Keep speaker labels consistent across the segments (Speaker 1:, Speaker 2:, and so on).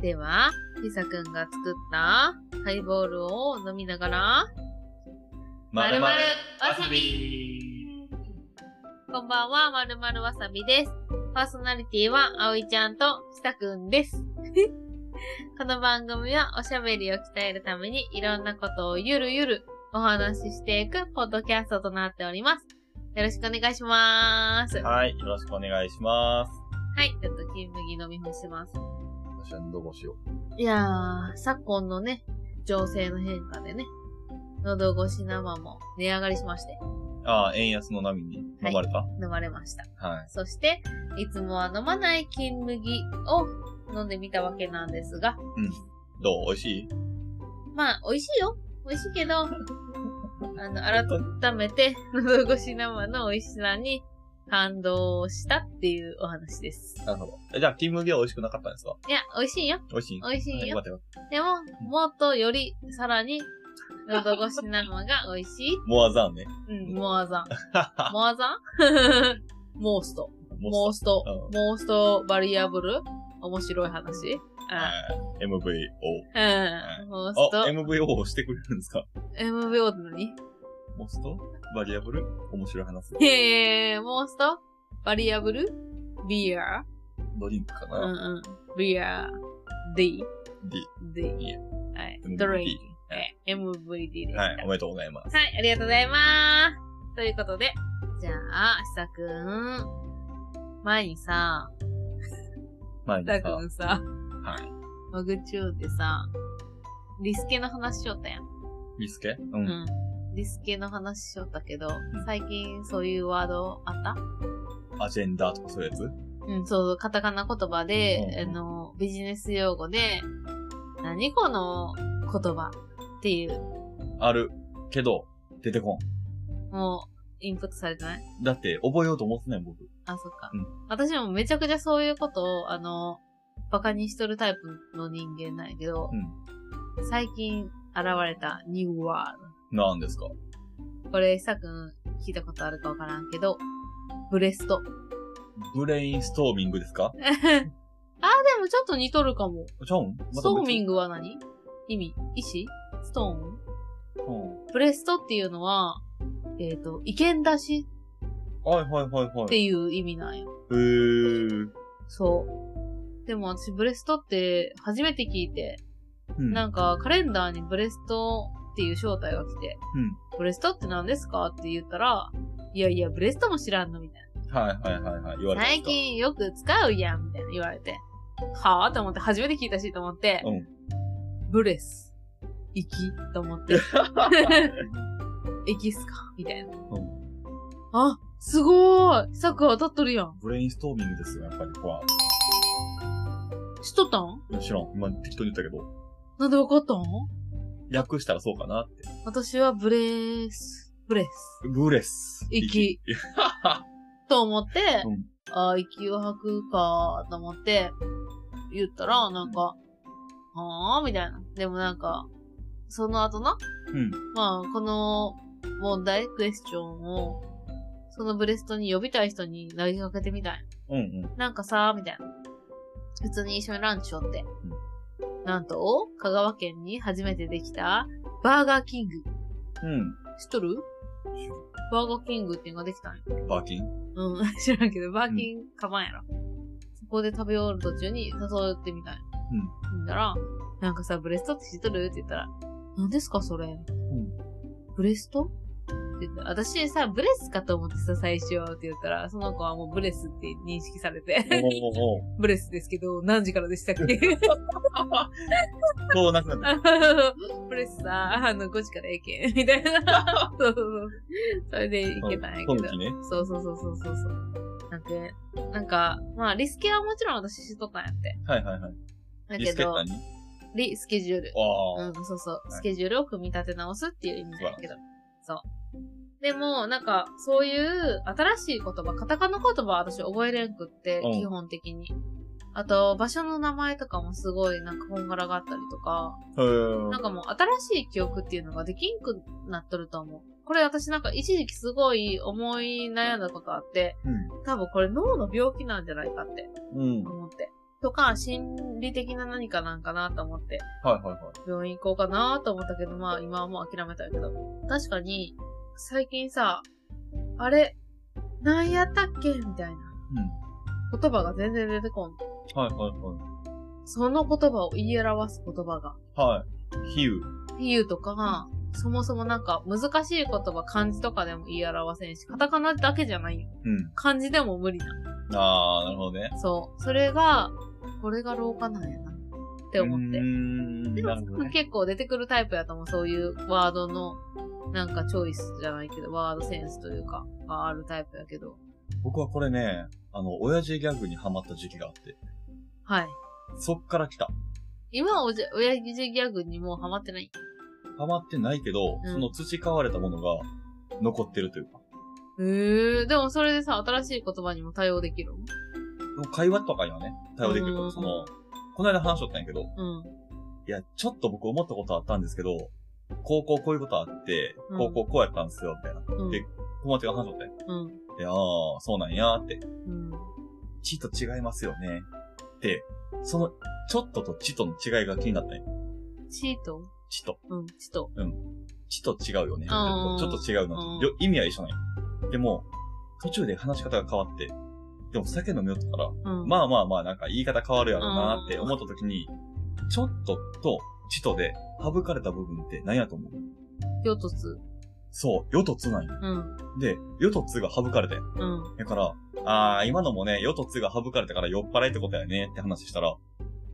Speaker 1: では、ひさくんが作ったハイボールを飲みながら、
Speaker 2: まるまるわさ
Speaker 1: びこんばんは、まるまるわさびです。パーソナリティは、あおいちゃんとひさくんです。 この番組は、おしゃべりを鍛えるために、いろんなことをゆるゆるお話ししていく、ポッドキャストとなっております。よろしくお願いします。は
Speaker 2: はい、よろしくお願いします。
Speaker 1: い、ちょっと金麦飲み干します。
Speaker 2: 私はどうもしよ
Speaker 1: いやー、昨今のね、情勢の変化でね、喉越し生も値上がりしまして、
Speaker 2: う。ああ、円安の波に飲まれたは
Speaker 1: 飲まれました。
Speaker 2: い。
Speaker 1: そして、いつもは飲まない金麦を飲んでみたわけなんですが、
Speaker 2: どう美味しい
Speaker 1: まあ、美味しいよ。美味しいけど、あ の、改めて、 喉越し生の美味しさに感動したっていうお話です。
Speaker 2: なるほど。えじゃあ、金麦は美味しくなかったんですか
Speaker 1: いや、美味しいよ。
Speaker 2: 美味しい
Speaker 1: 美味しい
Speaker 2: え
Speaker 1: よ。
Speaker 2: 待てよ。
Speaker 1: でも、もっとより、さらに、喉越し生が美味しい。
Speaker 2: モアザンね。
Speaker 1: うん、モアザン。
Speaker 2: はは
Speaker 1: モアザン モースト。 モー
Speaker 2: ス
Speaker 1: スト
Speaker 2: う。
Speaker 1: モーストバリアブル面白い話。あ
Speaker 2: はい
Speaker 1: う
Speaker 2: MVO。
Speaker 1: ん。モース
Speaker 2: あ、
Speaker 1: ト。
Speaker 2: MVO をしてくれるんですか
Speaker 1: MVO って何
Speaker 2: モーストバリアブル面白い話。
Speaker 1: へえ、モーストバリアブルビア
Speaker 2: ドリンクか
Speaker 1: う
Speaker 2: な、
Speaker 1: んうん。ビア D。
Speaker 2: ?D。
Speaker 1: D。
Speaker 2: いい
Speaker 1: はい。
Speaker 2: MVD
Speaker 1: ドリンク。え MVD でした。
Speaker 2: はい、おめでとうございます。
Speaker 1: はい、ありがとうございます。ということで、じゃあ、ひさくん。前にさ、
Speaker 2: 前に
Speaker 1: た
Speaker 2: さ
Speaker 1: く、んさ、
Speaker 2: はい。
Speaker 1: マグチューンでさ、リスケの話しよったやん。
Speaker 2: ビスケう。
Speaker 1: うんん。リスケの話しよったけど、最近そういうワードあった
Speaker 2: アジェンダとかそういうやつ
Speaker 1: うん、そうそう、カタカナ言葉で、
Speaker 2: う
Speaker 1: あの、ビジネス用語で、何この言葉っていう、
Speaker 2: ある。けど、出てこん。
Speaker 1: もう、インプットされてない
Speaker 2: だって、覚えようと思ってない僕。
Speaker 1: あ、そっか。
Speaker 2: うん
Speaker 1: 私もめちゃくちゃそういうことを、あの、バカにしとるタイプの人間なんやけど、最近現れたニューワー
Speaker 2: なんですか
Speaker 1: ド。これ、さくん聞いたことあるかわからんけど、ブレスト。
Speaker 2: ブレインストーミングです
Speaker 1: あ、
Speaker 2: か
Speaker 1: でもちょっと似とるかも。
Speaker 2: ちゃうん
Speaker 1: ストーミン
Speaker 2: グ。
Speaker 1: グは何意味意思ストーン
Speaker 2: うん
Speaker 1: ブレストっていうのは、えっ、と、意見出し
Speaker 2: はいはいは
Speaker 1: っ
Speaker 2: いはい。へ
Speaker 1: ていう意味なんよ。
Speaker 2: ー。
Speaker 1: そう。でも私、ブレストって初めて聞いて、
Speaker 2: うん
Speaker 1: なんかカレンダーにブレストっていう招待が来て、
Speaker 2: うん
Speaker 1: ブレストって何ですかって言ったら、いやいや、ブレストも知らんのみたい
Speaker 2: はいはいはいは
Speaker 1: な。
Speaker 2: い。言われたんです
Speaker 1: 最
Speaker 2: か。
Speaker 1: 近よく使うやんみたいな言われて。はぁと思って、初めて聞いたしと思って、
Speaker 2: うん
Speaker 1: ブレス、息と思 って。息っすかみたいな。
Speaker 2: う
Speaker 1: あ、すごーいサク当たっとるやん。
Speaker 2: ブレインストーミングですよ、やっぱり。ほら。
Speaker 1: しとったん
Speaker 2: いや知らん。今適当に言ったけど。
Speaker 1: なんでわかったん
Speaker 2: 略したらそうかなって。
Speaker 1: 私はブレース、ブレス、
Speaker 2: ブレス。
Speaker 1: 息。 と思って、
Speaker 2: うん
Speaker 1: あ息を吐くかと思って、言ったら、なんか、はぁみたいな。でもなんか、その後な、
Speaker 2: うん。
Speaker 1: まあ、この問題、クエスチョンを、そのブレストに呼びたい人に投げかけてみたい。
Speaker 2: うんうん。
Speaker 1: なんかさ、みたいな。普通に一緒にランチしよって。なんと、香川県に初めてできた、バーガーキング。知っとるバーガーキングっていうのができたんよ。
Speaker 2: うん。バーキン
Speaker 1: うん、 知らんけど、バーキンかまんやろ。そこで食べ終わる途中に誘ってみたい。うん。だから、なんかさ、ブレストって知っとるって言ったら、何ですかそれ。
Speaker 2: ん
Speaker 1: ブレストって言ったら、私さ、ブレスかと思ってさ、最初って言ったら、その子はもうブレスって認識されて。
Speaker 2: おおおお。
Speaker 1: ブレスですけど、何時からでしたっ け
Speaker 2: そうなくなって
Speaker 1: ブレスさ、あの、5時から行けん、みたいな。そうそうそう。それで 行けたんやけど
Speaker 2: 今。期ね。
Speaker 1: そうそうそうそうそうそう。なんで、なんか、まあ、リスケはもちろん私知っとったんやって。
Speaker 2: はいはいはい。
Speaker 1: だ
Speaker 2: リ
Speaker 1: け
Speaker 2: スケッ
Speaker 1: ど
Speaker 2: タ、に
Speaker 1: リ、スケジュール。
Speaker 2: ああ。
Speaker 1: うん、そうそう。
Speaker 2: い
Speaker 1: スケジュールを組み立て直すっていう意味なんやけど。そう。でも、なんか、そういう新しい言葉、カタカナ言葉は私覚えれんくって、
Speaker 2: うん
Speaker 1: 基本的に。あと、場所の名前とかもすごいなんか本柄があったりとか、
Speaker 2: へー
Speaker 1: なんかもう新しい記憶っていうのができんくなっとると思う。これ私なんか一時期すごい思い悩んだことあって、
Speaker 2: うん。
Speaker 1: 多分これ脳の病気なんじゃないかって
Speaker 2: うん。
Speaker 1: 思って。とか、心理的な何かなんかなと思って、
Speaker 2: はいはいはい。
Speaker 1: 病院行こうかなと思ったけど、まあ今はもう諦めたけど。確かに、最近さ、あれ、何やったっけみたいな
Speaker 2: うん。
Speaker 1: 言葉が全然出てこん。
Speaker 2: はいはい
Speaker 1: その言葉を言い表す言葉が。
Speaker 2: はい。はい。比喩。
Speaker 1: 比喩とか、そもそもなんか難しい言葉、漢字とかでも言い表せんし、カタカナだけじゃないよ。
Speaker 2: うん。
Speaker 1: 漢字でも無理な。
Speaker 2: あー、なるほどね。
Speaker 1: そう。それが、これが老化なんやな。って思って
Speaker 2: うー。ん。
Speaker 1: で
Speaker 2: なるほど
Speaker 1: も
Speaker 2: ね。
Speaker 1: 結構出てくるタイプやと思う。そういうワードの、なんかチョイスじゃないけど、ワードセンスというか、があるタイプやけど。
Speaker 2: 僕はこれね、あの、親父ギャグにハマった時期があって、
Speaker 1: はい。
Speaker 2: そっから来た。
Speaker 1: 今はおじ、親父ギャグにもうハマってない。
Speaker 2: ハマってないけど、
Speaker 1: うん
Speaker 2: その培われたものが残ってるというか。
Speaker 1: へえー、でもそれでさ、新しい言葉にも対応できる
Speaker 2: でも会話とかにはね、対応できるけ
Speaker 1: う
Speaker 2: ど、
Speaker 1: ん
Speaker 2: その、この間話しとったんやけど、
Speaker 1: うん。
Speaker 2: いや、ちょっと僕思ったことあったんですけど、高校こういうことあって、
Speaker 1: うん
Speaker 2: 高校こうやったんですよ、みたいな。
Speaker 1: うん。
Speaker 2: で友達が話しとったんや。
Speaker 1: うん。
Speaker 2: いやー、そうなんやーって。
Speaker 1: うん。
Speaker 2: ちと違いますよね。って、その、ちょっととちとの違いが気になったんや。
Speaker 1: チート
Speaker 2: ちと。
Speaker 1: うん、チト。
Speaker 2: ちと違うよね。ち
Speaker 1: あー
Speaker 2: ょっと違う
Speaker 1: う
Speaker 2: の
Speaker 1: ん。
Speaker 2: よ意味は一緒なんや。でも、途中で話し方が変わって、でも酒飲みよったから、
Speaker 1: うん。
Speaker 2: まあまあまあなんか言い方変わるやろうなって思った時に、ちょっととちとで省かれた部分って何やと思う
Speaker 1: ヨトツ。
Speaker 2: そう、よとつなんや。
Speaker 1: うん。
Speaker 2: で、よとつが省かれたやん。
Speaker 1: うん。
Speaker 2: だから、あー、今のもね、よとつが省かれたから酔っ払いってことやねって話したら、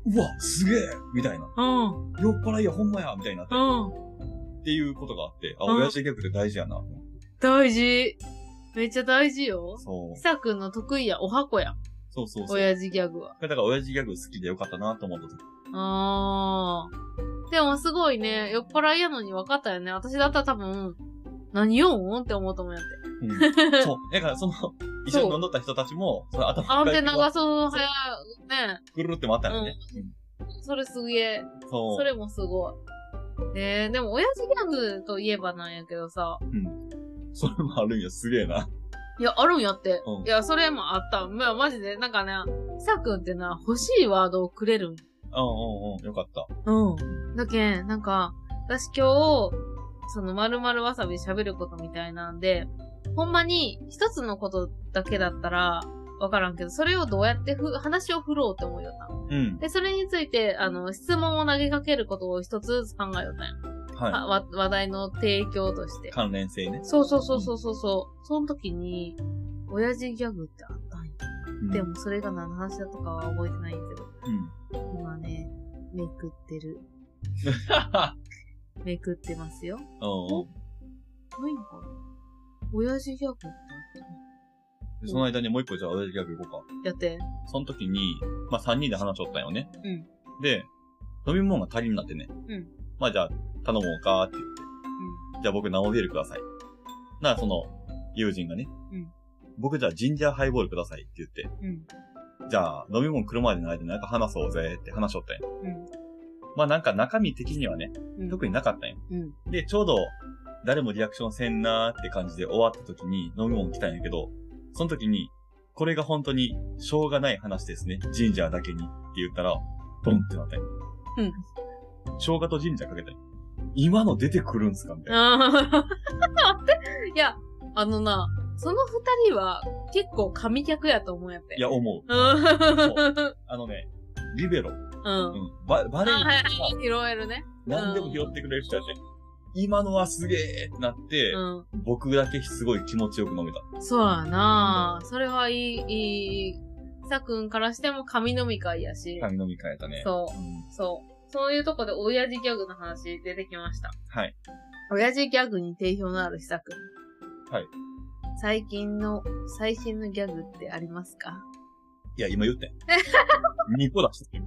Speaker 2: うわ、すげえみたいな。
Speaker 1: うん。
Speaker 2: 酔っ払いや、ほんまやみたいになって、っ
Speaker 1: うん。
Speaker 2: ていうことがあって、あ、
Speaker 1: うん
Speaker 2: 親父ギャグって大事やな。
Speaker 1: 大事。めっちゃ大事よ。
Speaker 2: そう
Speaker 1: ひ。さくんの得意や、おはこや。
Speaker 2: そうそうそう。
Speaker 1: 親父ギャグは。
Speaker 2: だから親父ギャグ好きでよかったなと思った時。
Speaker 1: あー。でもすごいね、酔っ払いやのに分かったよね。私だったら多分、何よんって思うと思うやって。
Speaker 2: うん、 そう。だからその、一緒に飲んどった人たちも、その頭
Speaker 1: アンテ
Speaker 2: が
Speaker 1: ナがそう早いね。
Speaker 2: くるるって回ったよね。
Speaker 1: それすげえ。
Speaker 2: うんそう。
Speaker 1: それもすごい。えー、でも親父ギャグといえばなんやけどさ。
Speaker 2: それもあるんや、すげえな。
Speaker 1: いや、あるんやって。
Speaker 2: うん
Speaker 1: いや、それもあった。まあ、マジで、なんかね、ひさくんってな、欲しいワードをくれるん
Speaker 2: うんうんうん、よかった。
Speaker 1: うん。だけん、なんか、私今日、その、まるまるわさび喋ることみたいなんで、ほんまに、一つのことだけだったら、わからんけど、それをどうやってふ、話を振ろうって思うよった。
Speaker 2: うん。
Speaker 1: で、それについて、あの、質問を投げかけることを一つずつ考えよったんやは
Speaker 2: は
Speaker 1: わ話題の提供として
Speaker 2: い。。関連性ね。
Speaker 1: そうそうそうそうそうそう。その時に、親父ギャグってあったんや。
Speaker 2: うん
Speaker 1: で。も、それが何の話だとかは覚えてないんやけど、
Speaker 2: うん。
Speaker 1: 今ね、めくってる。めくってますよ。
Speaker 2: うんうん
Speaker 1: ないんかな親父ギャグって
Speaker 2: でその間にもう一個じゃあ親父ギャグいこうか。
Speaker 1: やって。
Speaker 2: その時に、まあ、三人で話しとったんよね。
Speaker 1: うん
Speaker 2: で、飲み物が足りんなってね。
Speaker 1: うん
Speaker 2: まあ、じゃあ、頼もうかって言って。じゃあ僕生ビールください。なら、その、友人がね。
Speaker 1: うん
Speaker 2: 僕じゃあジンジャーハイボールくださいって言って。
Speaker 1: うん。うん。
Speaker 2: じゃあ、飲み物来るまでの間になんか話そうぜって話しとったんよ。
Speaker 1: うん。
Speaker 2: まあ、なんか中身的にはね、
Speaker 1: うん。
Speaker 2: 特になかったんよ。
Speaker 1: うん。
Speaker 2: で、ちょうど、誰もリアクションせんなーって感じで終わった時に飲み物来たんやけど、その時に、これが本当に、しょうがない話ですね。ジンジャーだけに。って言ったら、ドンってなったんよ
Speaker 1: うん。
Speaker 2: 生姜とジンジャーかけたんよ今の出てくるんすかみたいな。
Speaker 1: あー 待っていや、あのな、その二人は結構神客やと思うやって。
Speaker 2: いや、思う。
Speaker 1: うん。
Speaker 2: あのね、リベロ。
Speaker 1: うん。
Speaker 2: うん。ババレ
Speaker 1: あ、
Speaker 2: ー
Speaker 1: はいはい。拾えるね。
Speaker 2: 何でも拾ってくれる人やって。今のはすげえってなって、
Speaker 1: う
Speaker 2: 僕だけすごい気持ちよく飲めた。
Speaker 1: ん。そうやなそれはいい、いい、さくんからしても神飲み会やし。
Speaker 2: 髪飲み変えたね。
Speaker 1: そ
Speaker 2: うん
Speaker 1: う。そう。そういうとこで親父ギャグの話出てきました。
Speaker 2: はい。
Speaker 1: 親父ギャグに定評のある久くん。
Speaker 2: はい。
Speaker 1: 最近の、最新のギャグってありますか
Speaker 2: いや、今 言ってん。2個出してる。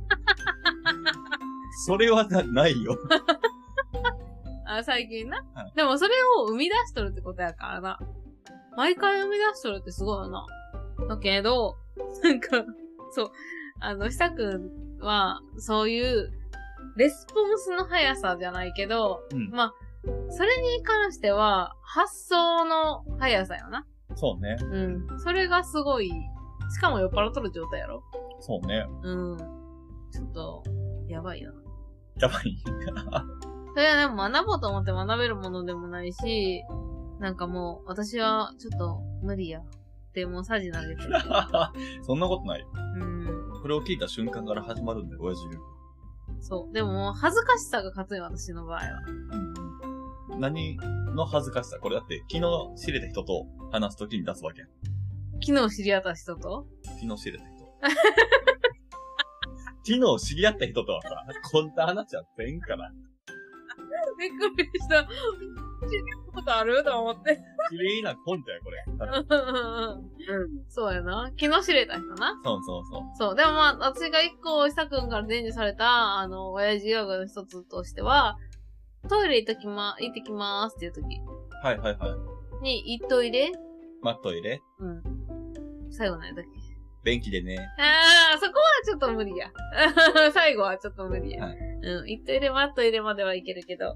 Speaker 2: それはなないよ。
Speaker 1: あ、最近な。
Speaker 2: はい
Speaker 1: でもそれを生み出しとるってことやからな。毎回生み出しとるってすごいよな。だけど、なんか、そう。あの、久くんは、そういう、レスポンスの速さじゃないけど、
Speaker 2: うん。
Speaker 1: まあ、それに関しては、発想の速さよな。
Speaker 2: そうね。
Speaker 1: うん。それがすごい、しかも酔っ払っとる状態やろ
Speaker 2: そうね。
Speaker 1: うん。ちょっと、やばいな。
Speaker 2: やばい。
Speaker 1: それはでも学ぼうと思って学べるものでもないし、なんかもう、私はちょっと無理や。ってもうサジ投げて る。
Speaker 2: そんなことない。
Speaker 1: うん。
Speaker 2: これを聞いた瞬間から始まるんだよ、親父流。
Speaker 1: そう。でももう恥ずかしさが勝つよ、私の場合は。
Speaker 2: うん。何の恥ずかしさこれだって、昨日知れた人と話すときに出すわけやん。
Speaker 1: 昨日知り合った人と
Speaker 2: 昨日知れた人。 昨日知り合った人とはさ、こんな話はせんから。
Speaker 1: びっくり した。知り合ったことあると思って。
Speaker 2: 綺麗なコントや、これ。
Speaker 1: そうやな。昨日知れた人な。
Speaker 2: そうそうそう。
Speaker 1: そう。でもまあ、私が一個、久くんから伝授された、あの、親父用語の一つとしては、トイレ行っときま、行ってきまーすっていう時
Speaker 2: はいはいはい。
Speaker 1: に、行っといで。
Speaker 2: マット入れ。
Speaker 1: うん。最後のやつ。
Speaker 2: 便器でね。
Speaker 1: あー、そこはちょっと無理や。 最後はちょっと無理や。
Speaker 2: はい
Speaker 1: うん。行っといで、待っといでまではいけるけど。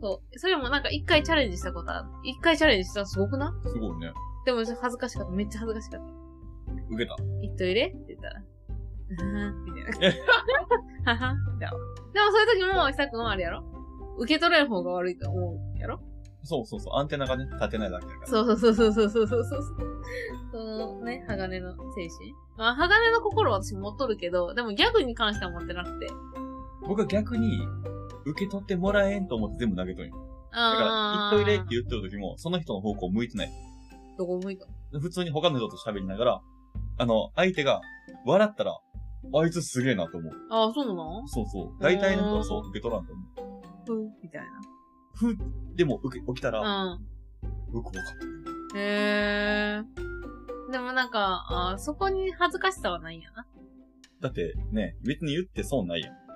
Speaker 1: そう。それもなんか一回チャレンジしたことある。一回チャレンジしたらすごくない
Speaker 2: すごいね。
Speaker 1: でも恥ずかしかった。めっちゃ恥ずかしかった。
Speaker 2: 受けた。
Speaker 1: 行っといれって言ったら、うーん、みたいな。ははん、だわ。でもそういう時も、ひさくんはあれやろ受け取れん方が悪いと思うやろ
Speaker 2: そうそうそう。アンテナがね、立てないだけだから。
Speaker 1: そうそうそうそうそうそうそう。そのね、鋼の精神。まあ、鋼の心は私持っとるけど、でもギャグに関しては持ってなくて。
Speaker 2: 僕は逆に、受け取ってもらえんと思って全部投げとんよ。だから、行
Speaker 1: あ
Speaker 2: っといれって言ってる時も、その人の方向向いてない。
Speaker 1: どこ向いた
Speaker 2: 普通に他の人と喋りながら、あの、相手が笑ったら、あいつすげえなと思う。
Speaker 1: ああ、そうなの
Speaker 2: そうそう。大体の人はそう、受け取らんと思う。
Speaker 1: うん、みたい
Speaker 2: ふでも受け、起きたら、
Speaker 1: な。うん。
Speaker 2: 僕もかった。
Speaker 1: へえ。でもなんか、あーそこに恥ずかしさはないんやな。
Speaker 2: だって、ね、別に言って損ないやん。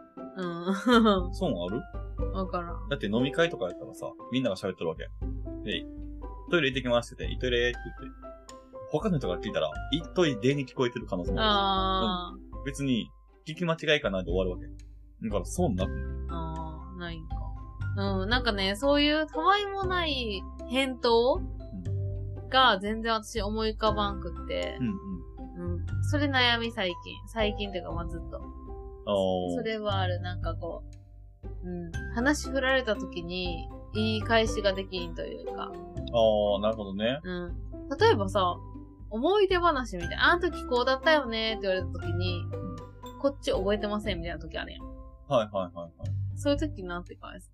Speaker 1: う
Speaker 2: 損ある
Speaker 1: ん。 わからん。
Speaker 2: だって飲み会とかやったらさ、みんなが喋ってるわけ。で、トイレ行ってきますって言って、トイレって言って。他の人が聞いたら、行っといでに聞こえてる可能性もあ
Speaker 1: ああ。
Speaker 2: るし。別に、聞き間違いかなで終わるわけ。だから損なくない。
Speaker 1: ああ、ないんか。うん、なんかね、そういうたわいもない返答が全然私思い浮かばんくって
Speaker 2: う、んうん。
Speaker 1: うん。それ悩み最近。最近というか、まあずっと。
Speaker 2: あー
Speaker 1: それはある、なんかこう、うん。話振られた時に、言い返しができんというか、
Speaker 2: あー、なるほどね。
Speaker 1: うん。例えばさ、思い出話みたいな、あの時こうだったよねって言われた時に、こっち覚えてませんみたいな時あるやん。
Speaker 2: はいはいはいはい。
Speaker 1: そういう時なんて返す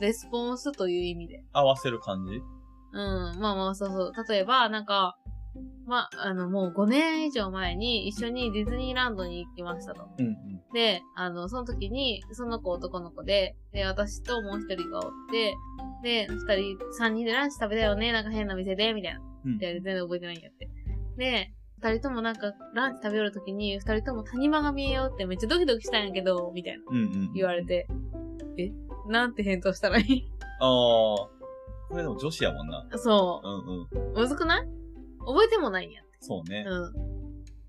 Speaker 1: レスポンスという意味で。
Speaker 2: 合わせる感
Speaker 1: うん。
Speaker 2: じ
Speaker 1: まあまあ、そうそう。例えば、なんか、まあ、あの、もう5年以上前に一緒にディズニーランドに行きましたと。
Speaker 2: うんうん。
Speaker 1: で、あの、その時に、その子男の子で、で、私ともう一人がおって、で、二人、三人でランチ食べたよね、なんか変な店で、みたいな。
Speaker 2: うん
Speaker 1: いや、全然覚えてないんやって。で、二人ともなんか、ランチ食べよる時に、二人とも谷間が見えようってめっちゃドキドキしたんやけど、みたいな。
Speaker 2: うんうん。
Speaker 1: 言われ。て、えなんて返答したらいい
Speaker 2: あー。これでも女子やもんな。
Speaker 1: そ
Speaker 2: うんうん。
Speaker 1: う。むずくない覚えてもないんや。
Speaker 2: そうね。
Speaker 1: うん。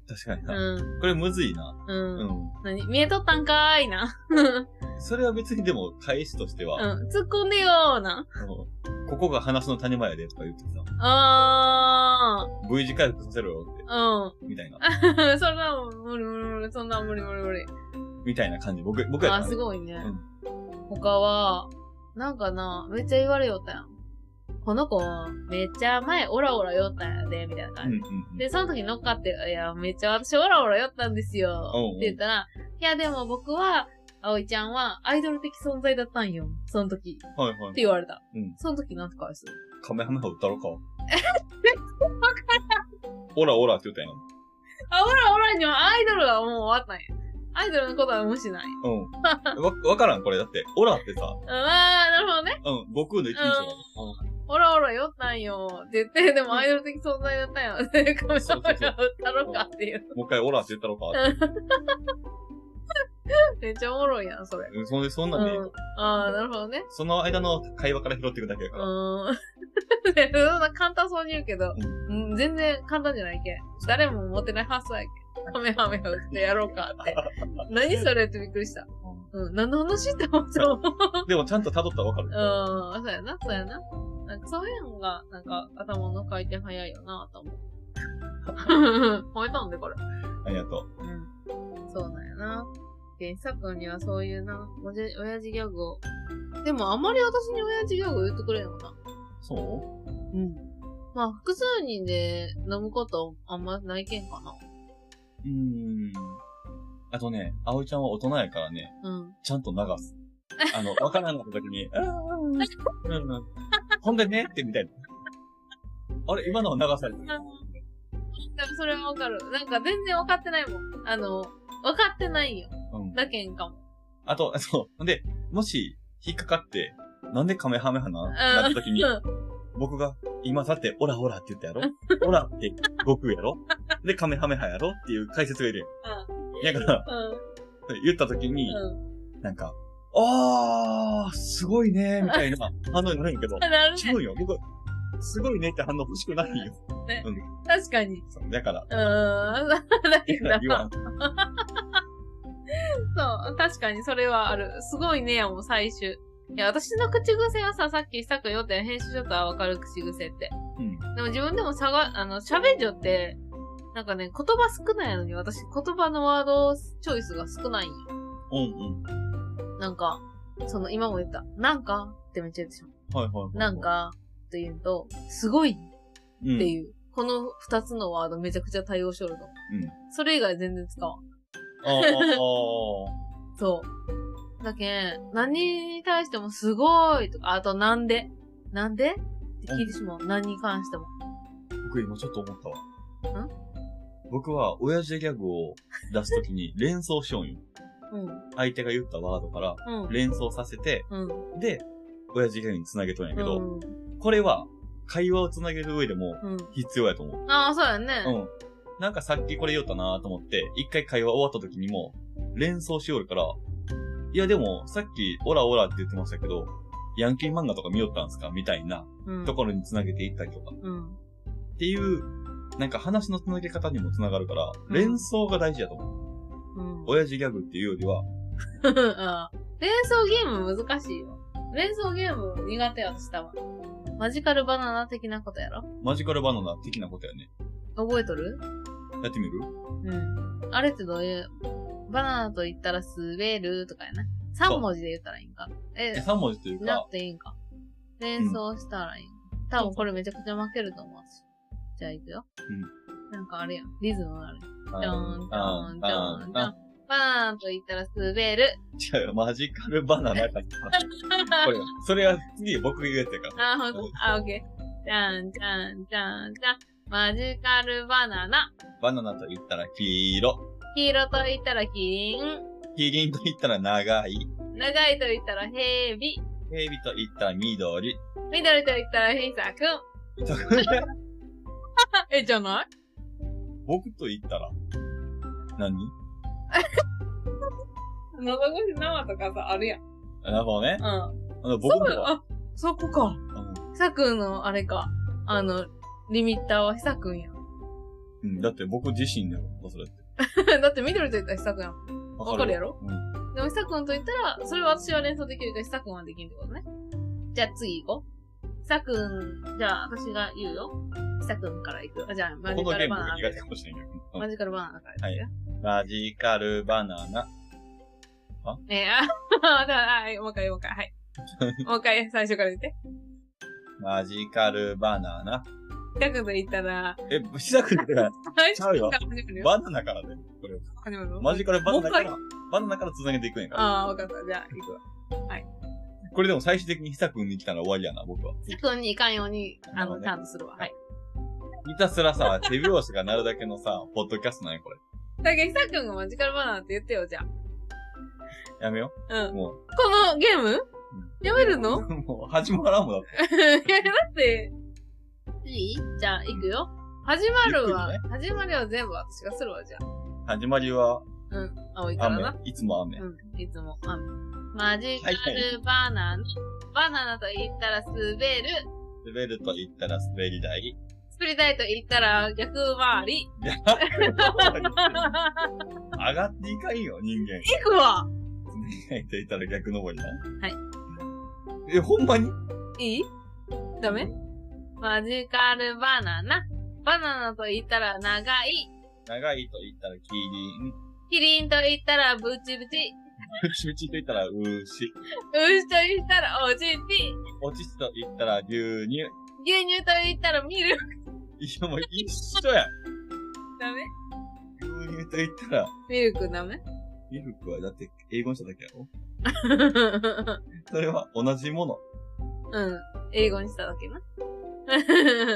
Speaker 2: 確かにな。
Speaker 1: う
Speaker 2: これむずいな。
Speaker 1: ん。
Speaker 2: う
Speaker 1: うん。
Speaker 2: ん。
Speaker 1: 何見えとったんかーいな。
Speaker 2: それは別にでも、返しとして
Speaker 1: う
Speaker 2: は、
Speaker 1: ん。突っ込んでよーな。
Speaker 2: あのここが話の谷間やでとか言ってさ、
Speaker 1: あ
Speaker 2: V 字回復させろよって、
Speaker 1: ー。
Speaker 2: みたいな、
Speaker 1: うん。 そんなもん無理無理無理。そんな無理無理無理。
Speaker 2: みたいな感じ。僕、僕や
Speaker 1: あ
Speaker 2: っ
Speaker 1: ー、
Speaker 2: た
Speaker 1: す
Speaker 2: ら、
Speaker 1: ごいね。
Speaker 2: うん
Speaker 1: 他は、なんかな、めっちゃ言われよったやん。この子、めっちゃ前オラオラよったんやで、みたいな感じ
Speaker 2: うんうんうん。
Speaker 1: で、その時乗っかって、いや、めっちゃ私オラオラやったんですよ
Speaker 2: うんうん。
Speaker 1: って言ったら、いや、でも僕は、葵ちゃんはアイドル的存在だったんよ。その時。っ
Speaker 2: はいは
Speaker 1: て
Speaker 2: い。
Speaker 1: 言われた。
Speaker 2: うん。
Speaker 1: その時なんて返す
Speaker 2: カメハメハ歌ろ うか。オラオラって言ったやん。
Speaker 1: あ、オラオラにはアイドルはもう終わったんや。アイドルのことは無視ない。
Speaker 2: うん。わ、わからんこれ。だって、オラってさ、
Speaker 1: うんあー、なるほどね。
Speaker 2: うん、悟空の一人称だもん
Speaker 1: オラオラよったんよ。って言って、でもアイドル的存在だったん よ。で、カメラマンが歌ろうかっていう。
Speaker 2: うんもう一回オラって言ったろうか。
Speaker 1: めっちゃおもろいやん、それ。
Speaker 2: うんそんで、そん
Speaker 1: う
Speaker 2: なんで、
Speaker 1: ん。あー、なるほどね。
Speaker 2: その間の会話から拾っていくだけやから。
Speaker 1: うーん。でそんな簡単そうに言うけど、うん、全然簡単じゃないけん。誰も持ってない発想やけん。ハメハメを打ってやろうか って。何それってびっくりした。うん、何の話って思ったもん。
Speaker 2: でも、ちゃんと辿ったらわかる。
Speaker 1: うん、そうやな、そうやな。なんかそういうのが、なんか頭の 回転早いよなと思う。吠えたんで、これ。
Speaker 2: ありがとう。
Speaker 1: うん。そうなんやな。で、さっくんにはそういうな、おじ、親父ギャグを。でもあんまり私に親父ギャグ言ってくれんのな。
Speaker 2: そう
Speaker 1: うん。まあ、複数人で飲むことあんまないけんかな。
Speaker 2: うーん。あとね、葵ちゃんは大人やからね、
Speaker 1: うん。
Speaker 2: ちゃんと流す。あの、わからんかった時に、あーうんうんほんでねってみたいな。あれ、今のは流された。
Speaker 1: でもそれはわかる。なんか全然わかってないもん。あの、わかってないよ。
Speaker 2: うん。
Speaker 1: だけんかも。
Speaker 2: あと、 そう。ほんで、もし、引っかかって、なんでカメハメハななった時に
Speaker 1: う、ん。
Speaker 2: 僕が、今だって、オラオラって言ったやろオラって、悟空やろで、カメハメハやろっていう解説がいるやん。だから、
Speaker 1: う
Speaker 2: 言った時に、
Speaker 1: ん。うん。
Speaker 2: なんか、あー、すごいねみたいな反応になるんやけど、
Speaker 1: なるね
Speaker 2: 違うよ。僕、すごいねって反応欲しくないよ。
Speaker 1: 確かに。
Speaker 2: そうだから、
Speaker 1: うーん。だけ
Speaker 2: 言
Speaker 1: どな
Speaker 2: わん。
Speaker 1: そう、確かにそれはある。すごいねやもん、最終。いや、私の口癖はさ、さっきしたくよって編集ちょっとはわかる口癖って。
Speaker 2: うん。
Speaker 1: でも自分でもさが、あの、喋んじょって、なんかね、言葉少ないのに私言葉のワードチョイスが少ないんよ。
Speaker 2: うん
Speaker 1: なんか、その今も言った、なんかってめっちゃ言ってしま
Speaker 2: うん。はいはいはい。
Speaker 1: う。なん、か、というのと、すごいっ
Speaker 2: うん、
Speaker 1: ていう、この二つのワードめちゃくちゃ対応しとるの。
Speaker 2: うん。
Speaker 1: それ以外全然使わん。
Speaker 2: あーあー、あ
Speaker 1: そう。だけん、何に対してもすごいとか、あとなんでなんでって聞いてしまう。何に関しても。
Speaker 2: ー僕今ちょっと思ったわ。僕は、親父ギャグを出すときに連想しようんよ。
Speaker 1: う
Speaker 2: 相手が言ったワードから
Speaker 1: ん。うん。
Speaker 2: 連想させて、
Speaker 1: うん。
Speaker 2: で、親父ギャグにつなげとんやけど、
Speaker 1: うん。
Speaker 2: これは、会話をつなげる上でも
Speaker 1: うん。
Speaker 2: 必要やと思う。
Speaker 1: ああ、そうやね。
Speaker 2: うん。なんかさっきこれ言おったなと思って、一回会話終わった時にも、連想しよるから、いやでも、さっき、オラオラって言ってましたけど、ヤンキー漫画とか見よったんすかみたいな
Speaker 1: うん。
Speaker 2: ところに繋げていったりとか。
Speaker 1: うん。
Speaker 2: っていう、なんか話の繋げ方にも繋がるから、
Speaker 1: うん
Speaker 2: 連想が大事だと思う。
Speaker 1: うん。
Speaker 2: 親父ギャグっていうよりは、
Speaker 1: あー連想ゲーム難しいよ。連想ゲーム苦手や私たわ。マジカルバナナ的なことやろ
Speaker 2: マジカルバナナ的なことやね。
Speaker 1: 覚えとる
Speaker 2: やってみる
Speaker 1: うん。あれってどういう、バナナと言ったら滑るとかやな。三文字で言ったらいいんか。え
Speaker 2: え、、3文字という
Speaker 1: な
Speaker 2: か
Speaker 1: っ、ていいんか。連想したらいい。多分これめちゃくちゃ負けると思うし。じゃあ行くよ。なんかあれやん。リズムある。
Speaker 2: あ
Speaker 1: ちょんちょんちょんちょん。
Speaker 2: あ
Speaker 1: バーンと言ったら滑る。
Speaker 2: 違うよ、マジカルバナナやからこれ、それは次僕が言うやつやか ら。
Speaker 1: あ、ほんとあ、オッケー。じゃんじゃんじゃんじゃん。マジカルバナナ。
Speaker 2: バナナと言ったら黄色。
Speaker 1: 黄色と言ったらキリン。
Speaker 2: キリンと言ったら長い。
Speaker 1: 長いと言ったらヘビ。
Speaker 2: ヘビと言ったら緑。
Speaker 1: 緑と言ったらヒサくん。
Speaker 2: そこで
Speaker 1: え、じゃない
Speaker 2: 僕と言ったら何、
Speaker 1: のどごし生とかさ、あるやん。うん。
Speaker 2: あなるほどね。あの
Speaker 1: そ
Speaker 2: 僕
Speaker 1: う
Speaker 2: のは、
Speaker 1: あ、そこか。さくんの、あれか。あの、リミッターはひさくんや。
Speaker 2: うんうんだって僕自身だよ、それって。
Speaker 1: だって緑と言ったらひさくんやもん。わかるやろ
Speaker 2: うん。
Speaker 1: でもひさくんと言ったら、それは私は連想できるけど、ひさくんはできるってことね。じゃあ次行こう。ひさくん、じゃあ私が言うよ。ひさくんから行く。あ、じゃあマジ
Speaker 2: こ
Speaker 1: カ
Speaker 2: の
Speaker 1: ル
Speaker 2: ゲーム
Speaker 1: バ
Speaker 2: が
Speaker 1: ナ
Speaker 2: 苦
Speaker 1: ナ。
Speaker 2: 手かもしれんけど。うん
Speaker 1: マジカルバナナから行くよ。
Speaker 2: マジカルバナナ。
Speaker 1: えー、あ、だから、はい、もう一回、もう一回、 はい。もう一回、最初から言って。
Speaker 2: マジカルバナナ。
Speaker 1: ひさくんと言ったら、
Speaker 2: え、ひさくんっ てから、
Speaker 1: はい、
Speaker 2: ちゃうよ
Speaker 1: 始まるよ。
Speaker 2: バナナからだよ。これ。
Speaker 1: 始まるよ
Speaker 2: マジカルバナナか
Speaker 1: も
Speaker 2: ら、バナナから繋げていくんやから。
Speaker 1: ああ、わかった。じゃあ、行くわ。
Speaker 2: これでも最終的にひさくんに来たら終わりやな、僕は。
Speaker 1: ひさくんに行かんように、あ
Speaker 2: なるほど
Speaker 1: の、
Speaker 2: ね
Speaker 1: ちゃんとするわ。はい。
Speaker 2: ひたすらさ、手拍子が鳴るだけのさ、ポッドキャストなんや、これ。
Speaker 1: だけど、ひさくんがマジカルバナナって言ってよ、じゃ
Speaker 2: やめよ
Speaker 1: あ。うん。
Speaker 2: う。
Speaker 1: こ
Speaker 2: もう。
Speaker 1: のゲームやめるの
Speaker 2: もう始まらんもんだって。
Speaker 1: い や、だって、いいじゃあ、行くよ。始まるは、
Speaker 2: ゆっ
Speaker 1: 始まりは全部私がするわ、じゃあ。
Speaker 2: 始まりは
Speaker 1: うん。青いから
Speaker 2: 雨
Speaker 1: な。。
Speaker 2: いつも雨。
Speaker 1: うん。いつも雨。マジカルバナナ。バナナと言ったら滑る。
Speaker 2: 滑ると言ったら滑り台。
Speaker 1: 作りたいと言ったら逆回 り。
Speaker 2: 上
Speaker 1: 行
Speaker 2: がっていかんよ、人間。
Speaker 1: くわ
Speaker 2: 滑り台と言ったら逆登りな。。
Speaker 1: はい
Speaker 2: え、ほんまに
Speaker 1: いいダメマジカルバナナ。バナナと言ったら長い。
Speaker 2: 長いと言ったらキリン。
Speaker 1: キリンと言ったらブチブチ。
Speaker 2: 口々と言ったら牛。
Speaker 1: 牛と言ったらおちんちん。
Speaker 2: お乳と言ったら牛乳。い
Speaker 1: 牛乳と言ったらミルク。
Speaker 2: や、もう一緒や。
Speaker 1: ダメ
Speaker 2: 牛乳と言ったら、
Speaker 1: ミルクダメ
Speaker 2: ミルクはだって英語にしただけやろそれは同じもの。
Speaker 1: うん。英語にしただけな。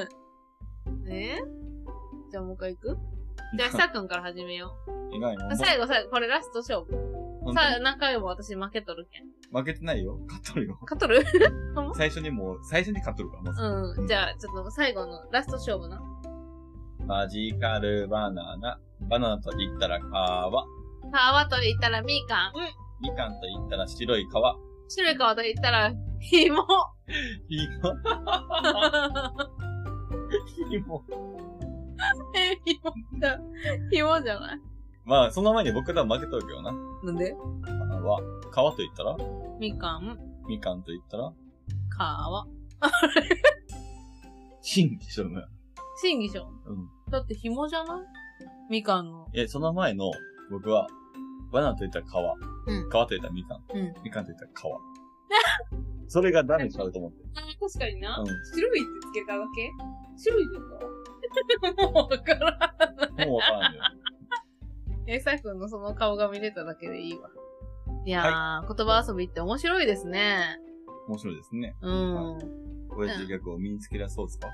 Speaker 1: ねえじゃあもう一回行くじゃあ、ひさくんから始めよ
Speaker 2: 意外に
Speaker 1: う。最後、最後、これラスト勝負。
Speaker 2: 本当
Speaker 1: さあ、
Speaker 2: に
Speaker 1: 何回も私負けとるけん。
Speaker 2: 負けてないよ。勝っとるよ。
Speaker 1: 勝っと る
Speaker 2: 最初にもう、最初に勝っとるから、まず。
Speaker 1: うん。じゃあ、ちょっと最後のラスト勝負な。
Speaker 2: マジカルバナナ。バナナと言ったら皮。
Speaker 1: 皮と言ったらみかん。
Speaker 2: みかんと言ったら白い皮。
Speaker 1: 白い皮と言ったら紐。
Speaker 2: ひも。ひも。
Speaker 1: え、紐じゃ、紐じゃない
Speaker 2: まあ、その前に僕らは負けとるけどな。
Speaker 1: なんで
Speaker 2: は、皮と言ったら
Speaker 1: みかん、
Speaker 2: みかんと言ったら
Speaker 1: 皮。
Speaker 2: 芯でしょ、ね、
Speaker 1: 真偽賞。
Speaker 2: うん。
Speaker 1: だって紐じゃないみかんの。
Speaker 2: え、その前の、僕は、バナナと言ったら皮。
Speaker 1: うん
Speaker 2: 皮と言ったらみかん。
Speaker 1: うん
Speaker 2: みかんと言ったら皮。それがダメージされると思って。
Speaker 1: あー確かにな。
Speaker 2: う
Speaker 1: 白いってつけただけ白いって言った もうわからん。
Speaker 2: ん。もうわからんよ。
Speaker 1: え、さくんのその顔が見れただけでいいわ。いやー、言葉遊びって面白いですね。
Speaker 2: 面白いですね。
Speaker 1: うん。
Speaker 2: 親父ギャグを身につけらそうですか、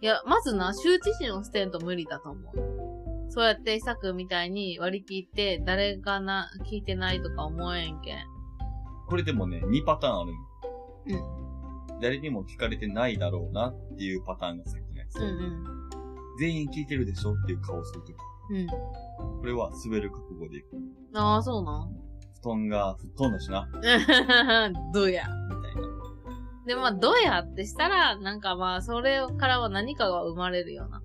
Speaker 1: いや、まずな、羞恥心を捨てんと無理だと思う。そうやって、さくんみたいに割り切って、誰がな、聞いてないとか思えんけん。
Speaker 2: これでもね、2パターンある
Speaker 1: うん
Speaker 2: うん。誰にも聞かれてないだろうなっていうパターンが先のやつ。
Speaker 1: うん
Speaker 2: 全員聞いてるでしょっていう顔をするとき。
Speaker 1: うん。うん。
Speaker 2: これは滑る覚悟でいく。
Speaker 1: ああ、そうなん
Speaker 2: 布団が吹っ飛んだしな、み
Speaker 1: どうや。
Speaker 2: たいな。
Speaker 1: で、まあ、どうやってしたら、なんかまあ、それからは何かが生まれるような。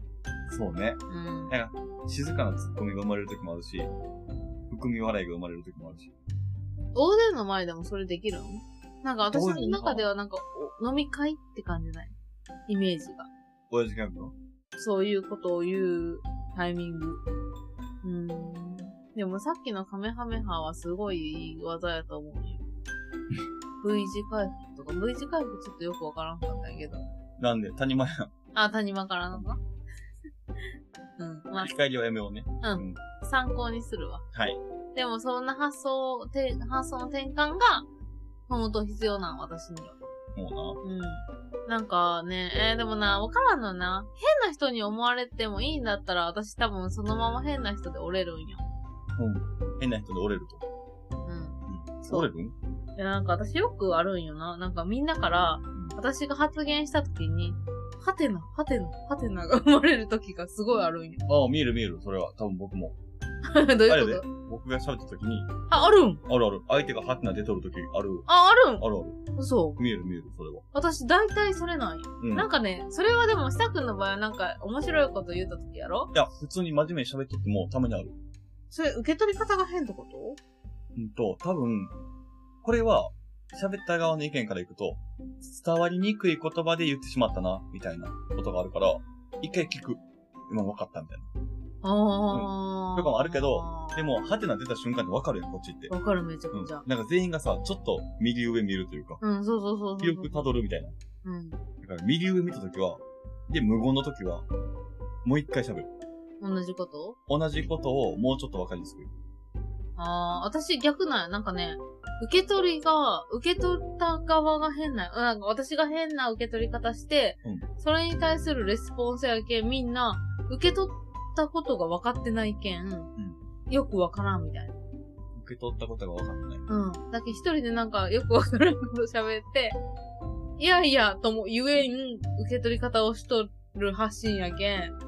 Speaker 2: そうね。
Speaker 1: うん。
Speaker 2: なんか、静かなツッコミが生まれるときもあるし、含み笑いが生まれるときもあるし。
Speaker 1: 大勢の前でもそれできるのなんか私
Speaker 2: どう
Speaker 1: の
Speaker 2: いうの
Speaker 1: 中ではなんか、お飲み会って感じないイメージが。
Speaker 2: 親父ギャグの
Speaker 1: そういうことを言うタイミング。うーん。でもさっきのカメハメハはすごいいい技やと思うよ。V 字回復とか、V 字回復ちょっとよくわからんかったんやけど。
Speaker 2: なんで、谷間やん。
Speaker 1: あ、谷間からなのかうん。ま
Speaker 2: 振り返りはやめようね。
Speaker 1: あ、うん。参考にするわ。
Speaker 2: はい。
Speaker 1: でもそんな発想、て発想の転換が、本当必要なん、私には。
Speaker 2: も
Speaker 1: うん。なんかね、えーでもな、わからんのよな。変な人に思われてもいいんだったら、私多分そのまま変な人で折れるんよ。
Speaker 2: うな。変な人で折れると。
Speaker 1: うん。そう
Speaker 2: 折れる
Speaker 1: いや、なんか私よくあるんよな。なんかみんなから、私が発言した時に、ハテナ、ハテナ、ハテナが生まれる時がすごいあるんよ。
Speaker 2: ああ、見える見える。それは。多分僕も。
Speaker 1: どう
Speaker 2: あれ
Speaker 1: い
Speaker 2: や
Speaker 1: う
Speaker 2: で
Speaker 1: こと
Speaker 2: 僕が喋った時に、
Speaker 1: あ、あるん
Speaker 2: あるある。相手がハテナ出とる時ある。
Speaker 1: あ、あるん
Speaker 2: あるある。
Speaker 1: 嘘。
Speaker 2: 見える見える、それは。
Speaker 1: 私大体それなんよ。
Speaker 2: うん。
Speaker 1: なんかね、それはでも、久くんの場合はなんか面白いこと言った時やろ
Speaker 2: いや、普通に真面目に喋っとってもたまにある。
Speaker 1: それ受け取り方が変ってこと
Speaker 2: うんと、多分、これは、喋った側の意見からいくと、伝わりにくい言葉で言ってしまったな、みたいなことがあるから、一回聞く。今分かった、みたい
Speaker 1: ああ、
Speaker 2: とかもあるけど、な。でも、ハテナ出た瞬間で分かるやん、こっちって。
Speaker 1: わかるめちゃ
Speaker 2: うん
Speaker 1: くちゃ。。
Speaker 2: なんか全員がさ、ちょっと右上見るというか、
Speaker 1: うん、そうそうそうそう。
Speaker 2: 記憶辿るみたいな。
Speaker 1: うん。
Speaker 2: だから、右上見たときは、で、無言のときは、もう一回喋る。
Speaker 1: 同じこと
Speaker 2: 同じことをもうちょっと分かりやすく言う。
Speaker 1: ああ、私逆なんや。なんかね、受け取りが、受け取った側が変なんや。なんか私が変な受け取り方して、
Speaker 2: う
Speaker 1: それに対するレスポンスやけん、みんな、受け取ったことが分かってないけん、よく分からんみたいな。
Speaker 2: 受け取ったことが分かってない。
Speaker 1: うん。だけど一人でなんかよく分からんこと喋って、いやいや、とも言えん受け取り方をしとる発信やけん、
Speaker 2: うん。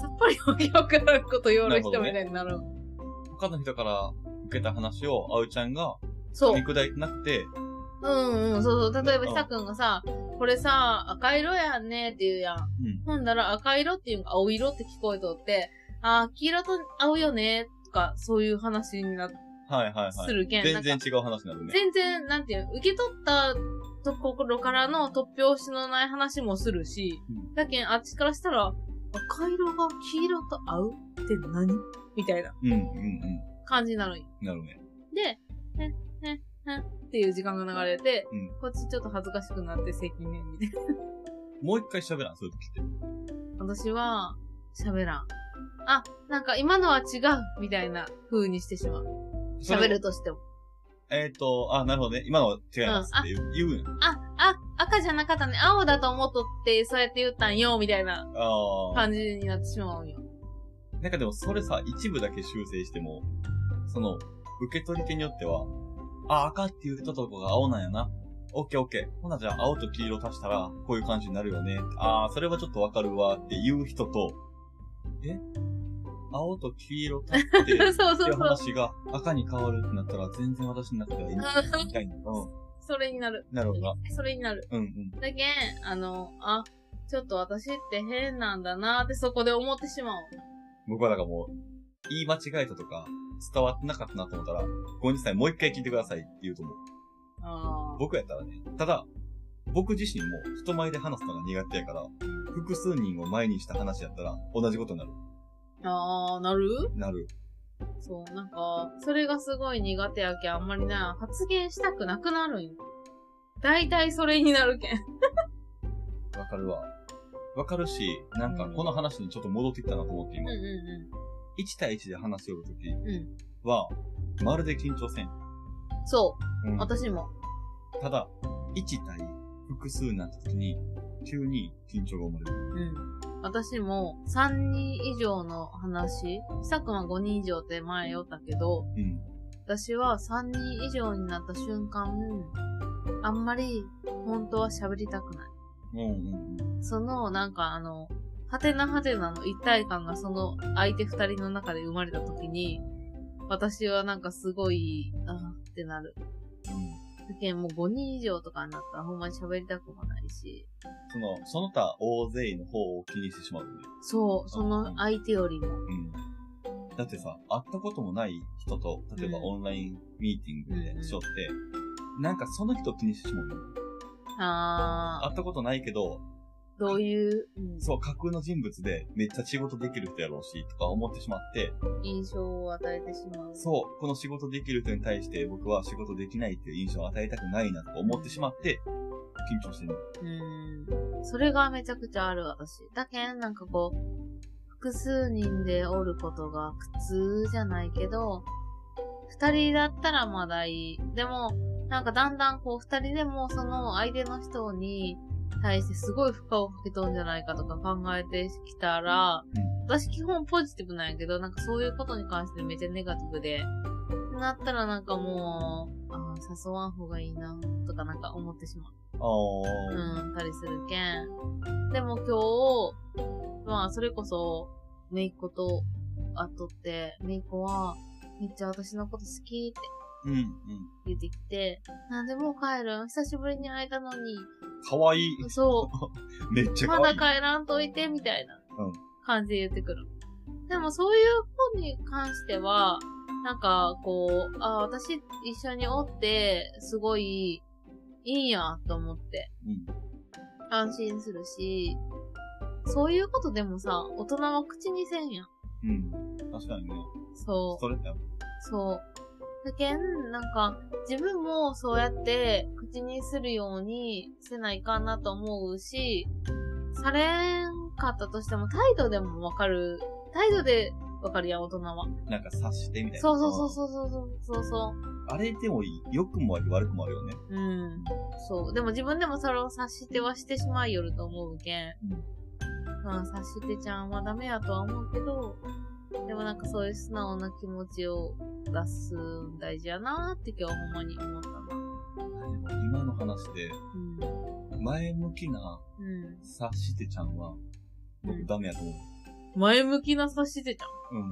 Speaker 1: さっぱりわけわからんこと言われる人みたいになる。
Speaker 2: 他の人から受けた話を、あうちゃんが、
Speaker 1: そう
Speaker 2: 見。砕いてなくて、
Speaker 1: うんうん、そうそう。例えば、
Speaker 2: うん
Speaker 1: ひさくんがさ、これさ、赤色やんねって言うやん。
Speaker 2: うん。
Speaker 1: ほんだら、赤色っていうのが青色って聞こえとって、あー、黄色と青よねとか、そういう話になっ
Speaker 2: はいはいは
Speaker 1: す
Speaker 2: い。
Speaker 1: るけん。
Speaker 2: 全
Speaker 1: な
Speaker 2: 然
Speaker 1: んか
Speaker 2: 違う話になるね。
Speaker 1: 全然、なんていうの、受け取ったところからの突拍子のない話もするし、
Speaker 2: うん
Speaker 1: だけん、あっちからしたら、赤色が黄色と合うって何みたいな
Speaker 2: うん、うん、う
Speaker 1: 感じなのよ。
Speaker 2: ん。なるね。
Speaker 1: で、ね、ね、ねっていう時間が流れて、
Speaker 2: うん
Speaker 1: こっちちょっと恥ずかしくなって責任みたいな。
Speaker 2: もう一回喋らん、そういう時って。
Speaker 1: 私は、喋らん。あ、なんか今のは違うみたいな風にしてしまう。
Speaker 2: それ
Speaker 1: 喋るとしても。
Speaker 2: えっ、と、あ、なるほどね。今のは違いますって言う,、言うんや。
Speaker 1: あ、あ、赤じゃなかったね。青だと思っとって、そうやって言ったんよ、みたいな
Speaker 2: ああ。
Speaker 1: 感じになってしまうんよ。
Speaker 2: なんかでもそれさ、一部だけ修正しても、その、受け取り手によっては、あ、赤って言ったとこが青なんやな。オッケーオッケー。ほなじゃあ青と黄色足したら、こういう感じになるよね。ああ、それはちょっとわかるわって言う人と、え青と黄色足して、って
Speaker 1: そうそうそう
Speaker 2: い
Speaker 1: う。
Speaker 2: 話が赤に変わるってなったら、全然私の中ではいないみたいな。う
Speaker 1: それになる。
Speaker 2: ん。なるほどな。
Speaker 1: それになる。
Speaker 2: うんうん。
Speaker 1: だけん、あの、あ、ちょっと私って変なんだなってそこで思ってしまう。
Speaker 2: 僕はだからもう、言い間違えたとか、伝わってなかったなと思ったら、ごめんなさい、もう一回聞いてくださいって言うと思う。
Speaker 1: あー
Speaker 2: 僕やったらね、ただ、僕自身も人前で話すのが苦手やから、複数人を前にした話やったら、同じことになる。
Speaker 1: あー、なる
Speaker 2: なる。
Speaker 1: そう、なんか、それがすごい苦手やけん、あんまりな、発言したくなくなるんよ。大体それになるけん。
Speaker 2: わかるわ。わかるし、なんかこの話にちょっと戻ってきたなと思って
Speaker 1: うん
Speaker 2: 今、
Speaker 1: う
Speaker 2: 1対1で話しよるとき
Speaker 1: んうん。うん。
Speaker 2: は、まるで緊張せん。
Speaker 1: そうう、
Speaker 2: ん
Speaker 1: 私も。
Speaker 2: ただ、1対複数になったときに、急に緊張が生まれる。
Speaker 1: うん。私も、3人以上の話、久くんは5人以上って前おったけど、
Speaker 2: うん。
Speaker 1: 私は3人以上になった瞬間、あんまり、本当は喋りたくない。
Speaker 2: うんうんうん。
Speaker 1: その、なんかあの、はてなはてなの一体感がその相手二人の中で生まれた時に、私はなんかすごい、あーってなる。
Speaker 2: うん
Speaker 1: だけんもう5人以上とかになったらほんまに喋りたくもないし、
Speaker 2: その、その他大勢の方を気にしてしまうよね。
Speaker 1: そう、その相手よりも。
Speaker 2: うん。だってさ、会ったこともない人と、例えば
Speaker 1: うん
Speaker 2: オンラインミーティングみたいなのしよって、なんかその人気にしてしまうよね。
Speaker 1: あ
Speaker 2: 会ったことないけど、
Speaker 1: ー、どういう、うん
Speaker 2: そう、架空の人物でめっちゃ仕事できる人やろうし、とか思ってしまって、
Speaker 1: 印象を与えてしまう。
Speaker 2: そう、この仕事できる人に対して僕は仕事できないっていう印象を与えたくないなとか思ってしまって、緊張してる。
Speaker 1: うん。それがめちゃくちゃある私。だけん、なんかこう、複数人でおることが苦痛じゃないけど、二人だったらまだいい。でも、なんかだんだんこう二人でもその相手の人に対してすごい負荷をかけとんじゃないかとか考えてきたら、
Speaker 2: うん
Speaker 1: 私基本ポジティブなんやけど、なんかそういうことに関してめっちゃネガティブで、なったらなんかもう、あー誘わん方がいいな、とかなんか思ってしまう。
Speaker 2: あー。
Speaker 1: うん、たりするけん。でも今日、まあ、それこそ、めいっ子と会っとって、めいっ子は、めっちゃ私のこと好きって
Speaker 2: うん、うん。
Speaker 1: 言ってきて、なんでもう帰るん久しぶりに会えたのに、
Speaker 2: かわいい。
Speaker 1: そ
Speaker 2: めっち
Speaker 1: う、
Speaker 2: ゃか
Speaker 1: まだ
Speaker 2: わいい。
Speaker 1: 帰らんといて、みたいな
Speaker 2: うん
Speaker 1: 感じで言ってくる。でもそういう子に関しては、なんか、こう、あ、私一緒におって、すごい、いいんや、と思って。
Speaker 2: うん。
Speaker 1: 安心するし、そういうことでもさ、大人は口にせんやん。
Speaker 2: うん。確かにね。
Speaker 1: そ
Speaker 2: ストレスやもん
Speaker 1: う、そう。だけん、なんか、自分もそうやって口にするようにせないかんなと思うし、されんかったとしても態度でもわかる。態度でわかるやん、大人は。
Speaker 2: なんか察してみたいな。
Speaker 1: そうそうそうそうそうそうそ
Speaker 2: あれでもいい。良くもあり、悪くもあるよね。
Speaker 1: う。うん。そう。でも自分でもそれを察してはしてしまいよると思うけん。
Speaker 2: うん。
Speaker 1: まあ、察してちゃんはダメやとは思うけど、でもなんかそういう素直な気持ちを出すん大事やなーって今日ほんまに思ったな。
Speaker 2: 今の話で、
Speaker 1: うん。
Speaker 2: 前向きな
Speaker 1: う
Speaker 2: 察してちゃんは、
Speaker 1: う
Speaker 2: 僕
Speaker 1: ん
Speaker 2: ダメやと思
Speaker 1: ん。前向きな察してちゃん。
Speaker 2: う。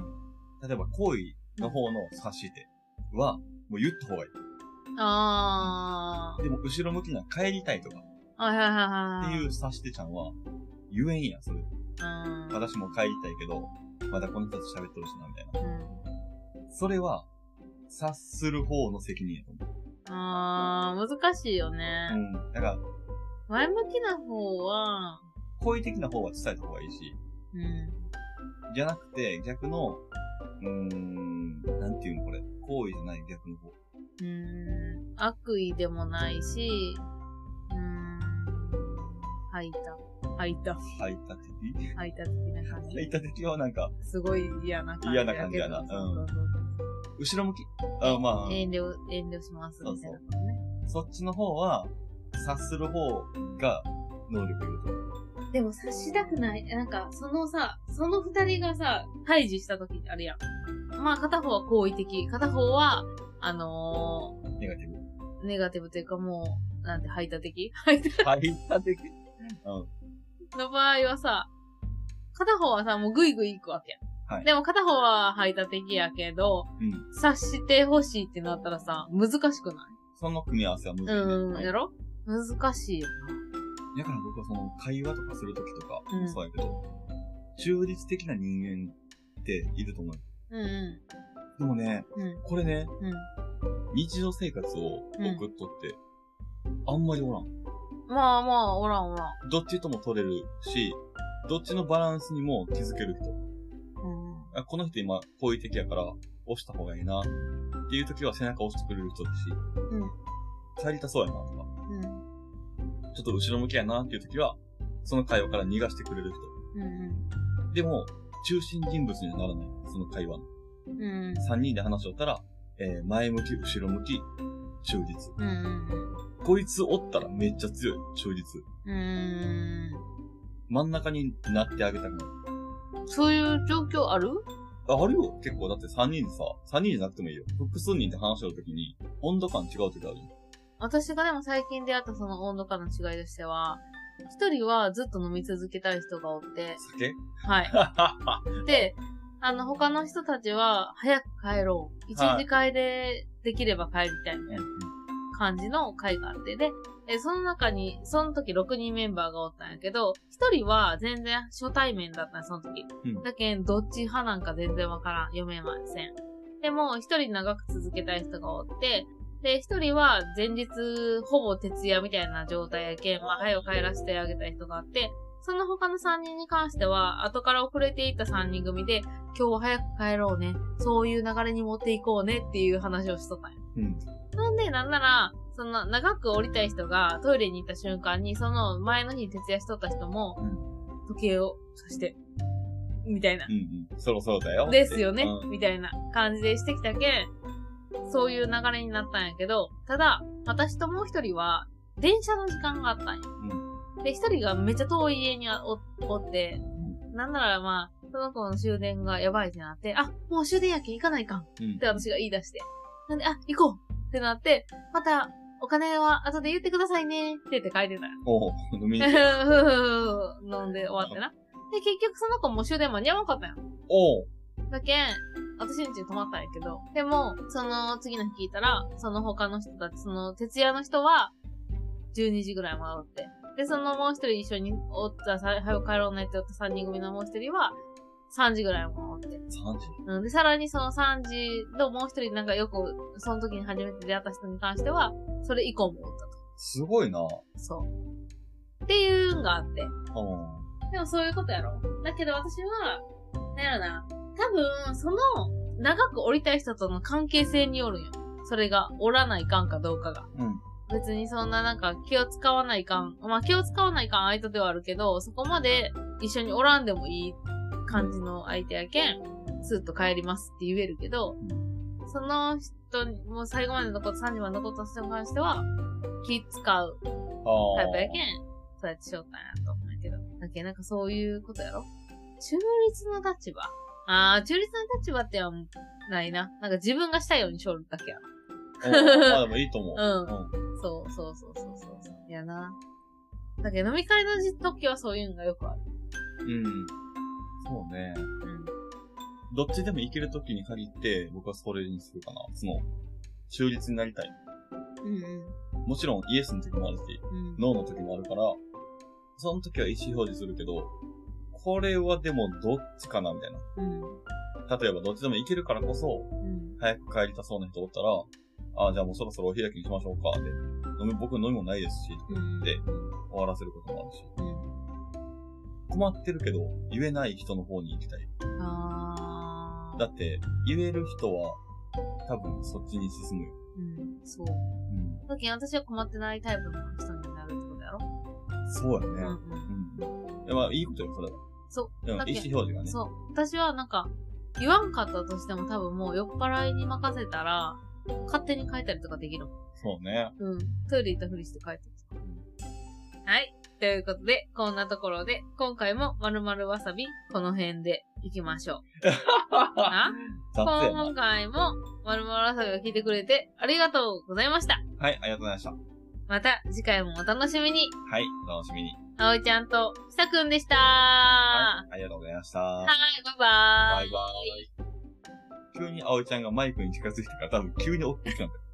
Speaker 2: うん。例えば、行為の方の察しては、もう言った方がい
Speaker 1: あ
Speaker 2: い。でも、後ろ向きな帰りたいとか
Speaker 1: ー。はいはいはい
Speaker 2: っ
Speaker 1: は
Speaker 2: て
Speaker 1: い。
Speaker 2: いう察してちゃんは、言えんやん、それ。
Speaker 1: うん。
Speaker 2: 私も帰りたいけど、まだこの人と喋っとるしな、みたいな。
Speaker 1: うん
Speaker 2: それは、察する方の責任やと思う。
Speaker 1: あー、難しいよ
Speaker 2: う
Speaker 1: ね。
Speaker 2: ん。だから、
Speaker 1: 前向きな方は、
Speaker 2: 好意的な方は伝えた方がいいし、
Speaker 1: ううん。
Speaker 2: じゃなくて、逆の、うーん、なんていうのこれ。行為じゃない逆の方。
Speaker 1: うーん、悪意でもないし、うーん、排他。排他。
Speaker 2: 排他的
Speaker 1: 排他的な感
Speaker 2: 排
Speaker 1: じ。
Speaker 2: 他的はなんか、
Speaker 1: すごい嫌な感じだけど。
Speaker 2: 嫌な感じやなうん
Speaker 1: そうそうそう
Speaker 2: 後ろ向きあま
Speaker 1: 遠慮、遠慮しますみたいな感じね。
Speaker 2: あ、そっちの方は、察する方が能力いると。
Speaker 1: でも察したくない。なんか、そのさ、その二人がさ、対峙した時あるやん。まあ、片方は好意的、片方は、あの
Speaker 2: ネガティブ。
Speaker 1: ー、ネガティブというかもう、なんて、排他的排他
Speaker 2: 排他的
Speaker 1: の場合はさ、片方はさ、もうグイグイ行くわけやん。
Speaker 2: はい
Speaker 1: でも片方は排他的やけど、
Speaker 2: うん。
Speaker 1: 察してほしいってなったらさ、難しくな
Speaker 2: その組み合わせは難し
Speaker 1: い
Speaker 2: い。
Speaker 1: うん、
Speaker 2: はい
Speaker 1: やろ難しいよ
Speaker 2: だから僕はその会話とかするときとか
Speaker 1: う、ん
Speaker 2: そうやけど、中立的な人間っていると思う。
Speaker 1: な。う
Speaker 2: でもね、
Speaker 1: ん、うん、
Speaker 2: これね、
Speaker 1: うん、
Speaker 2: 日常生活を送っとって、あんまりおらん。
Speaker 1: うん。まあまあ、おらんおらん。
Speaker 2: どっちとも取れるし、どっちのバランスにも気づける人。
Speaker 1: うん、
Speaker 2: あこの人今、好意的やから、押した方がいいな。っていう時は背中押してくれる人だし、
Speaker 1: うん、
Speaker 2: 足りたそうやなとか、
Speaker 1: うん、
Speaker 2: ちょっと後ろ向きやなっていう時は、その会話から逃がしてくれる
Speaker 1: うん、
Speaker 2: 人。でも、中心人物にはならない、その会話の。
Speaker 1: うん、うん、
Speaker 2: 3人で話しとったら、えー前向き、後ろ向き、中立。
Speaker 1: うん、うん、
Speaker 2: こいつおったらめっちゃ強い、中立。
Speaker 1: うん。
Speaker 2: 真ん中になってあげたくない。
Speaker 1: そういう状況ある
Speaker 2: あ、あるよ。結構、だって3人でさ、3人じゃなくてもいいよ。複数人で話し合うときに、温度感違うときあるよ。
Speaker 1: 私がでも最近出会ったその温度感の違いとしては、一人はずっと飲み続けたい人がおって、
Speaker 2: 酒
Speaker 1: はい。で、あの、他の人たちは、早く帰ろう。一
Speaker 2: はい
Speaker 1: 時会でできれば帰りたいみたいな感じの会があって、で、えその中に、その時6人メンバーがおったんやけど、一人は全然初対面だったんやその時。
Speaker 2: うん
Speaker 1: だけん、どっち派なんか全然わからん。読めません。でも、一人長く続けたい人がおって、で、一人は前日ほぼ徹夜みたいな状態やけん、まあ、早く帰らせてあげたい人があって、その他の3人に関しては、後から遅れていった3人組で、今日は早く帰ろうね。そういう流れに持っていこうねっていう話をしとったんよ。
Speaker 2: うん。
Speaker 1: なんで、なんなら、その、長く降りたい人がトイレに行った瞬間に、その前の日に徹夜しとった人も、時計をさして、みたいな
Speaker 2: う。んうん。そろそろだよ。
Speaker 1: ですよね、
Speaker 2: うん
Speaker 1: みたいな感じでしてきたけん、そういう流れになったんやけど、ただ、私ともう一人は、電車の時間があったんや。で、一人がめっちゃ遠い家にあおおって、なんならまあ、その子の終電がやばいってなって、あ、もう終電やけん行かないかんっ
Speaker 2: うん。
Speaker 1: て私が言い出して。なんで、あ、行こうってなって、また、お金は後で言ってくださいねって言って書いてたよ
Speaker 2: おう、飲みに行く。
Speaker 1: 飲んで終わってな。で、結局その子も終電間に合わんかったんや
Speaker 2: おう。
Speaker 1: だけん、私んちに泊まったんやけど。でも、その次の日聞いたら、その他の人たち、その徹夜の人は、12時ぐらいまでおって。で、そのもう一人一緒におった、さ早く帰ろうねっておった3人組のもう一人は、3時ぐらいまでおって。
Speaker 2: 3時。
Speaker 1: うん、で、さらにその3時のもう一人なんかよく、その時に初めて出会った人に関しては、それ以降もおったと。
Speaker 2: すごいな。うん。
Speaker 1: そう。っていうのがあって。でもそういうことやろ。だけど私は、なんやろな。多分、その、長く降りたい人との関係性によるんよ。それが、降らないかんかどうかが。
Speaker 2: うん。
Speaker 1: 別にそんななんか気を使わないかん。まあ気を使わないかん相手ではあるけど、そこまで一緒におらんでもいい感じの相手やけん、スーッと帰りますって言えるけど、その人に、もう最後まで残った、3時まで残った人に関しては、気使う
Speaker 2: ああ。
Speaker 1: タイプやけん、そうやってしようかなと思うんやけど。だけどなんかそういうことやろ中立の立場ああ、中立の立場ってはないな。なんか自分がしたいようにしょるだけや。
Speaker 2: うんあ、でもいいと思う。
Speaker 1: うん
Speaker 2: うん。
Speaker 1: そうそうそうそうそうそう。やな。だけど飲み会の時はそういうのがよくある。
Speaker 2: うん。そうね。どっちでも行けるときに限って、僕はそれにするかな。その、中立になりたい。
Speaker 1: うん。うん
Speaker 2: もちろんイエスの時もあるし、
Speaker 1: うん。うん。
Speaker 2: ノーの時もあるから、その時は意思表示するけど、これはでもどっちかなみたい
Speaker 1: うん。
Speaker 2: な。例えばどっちでも行けるからこそ、
Speaker 1: うん。
Speaker 2: 早く帰りたそうな人おったら、あじゃあもうそろそろお開きにしましょうか。で、飲み、僕飲みもないですし、
Speaker 1: うん。
Speaker 2: で終わらせることもあるし。
Speaker 1: うん。
Speaker 2: 困ってるけど、言えない人の方に行きたい。
Speaker 1: あー
Speaker 2: だって、言える人は、多分そっちに進むよ。
Speaker 1: うん、そう。だけど私は困ってないタイプの人になるってことやろ、
Speaker 2: うん。そうや
Speaker 1: う
Speaker 2: ね。
Speaker 1: んうん。
Speaker 2: うん。いやまあ、いいことよ、それは。
Speaker 1: そう。
Speaker 2: でも
Speaker 1: だけ
Speaker 2: 意思表示がね。
Speaker 1: そう。私はなんか、言わんかったとしても多分もう酔っ払いに任せたら、勝手に書いたりとかできるもん。
Speaker 2: そ うね。
Speaker 1: うん。トイレ行ったふりして書いてる。はい。ということで、こんなところで、今回も〇〇わさび、この辺で行きましょう。な
Speaker 2: 雑やな。
Speaker 1: 今回も〇〇わさびを聞いてくれてありがとうございました。
Speaker 2: はい、ありがとうございました。
Speaker 1: また次回もお楽しみに。
Speaker 2: はい、お楽しみに。
Speaker 1: あおいちゃんとひさくんでした。
Speaker 2: は、
Speaker 1: はい
Speaker 2: ありがとうございました。
Speaker 1: い、バイバー
Speaker 2: バイバーイ。急に葵ちゃんがマイクに近づいてから多分急に大きくなった。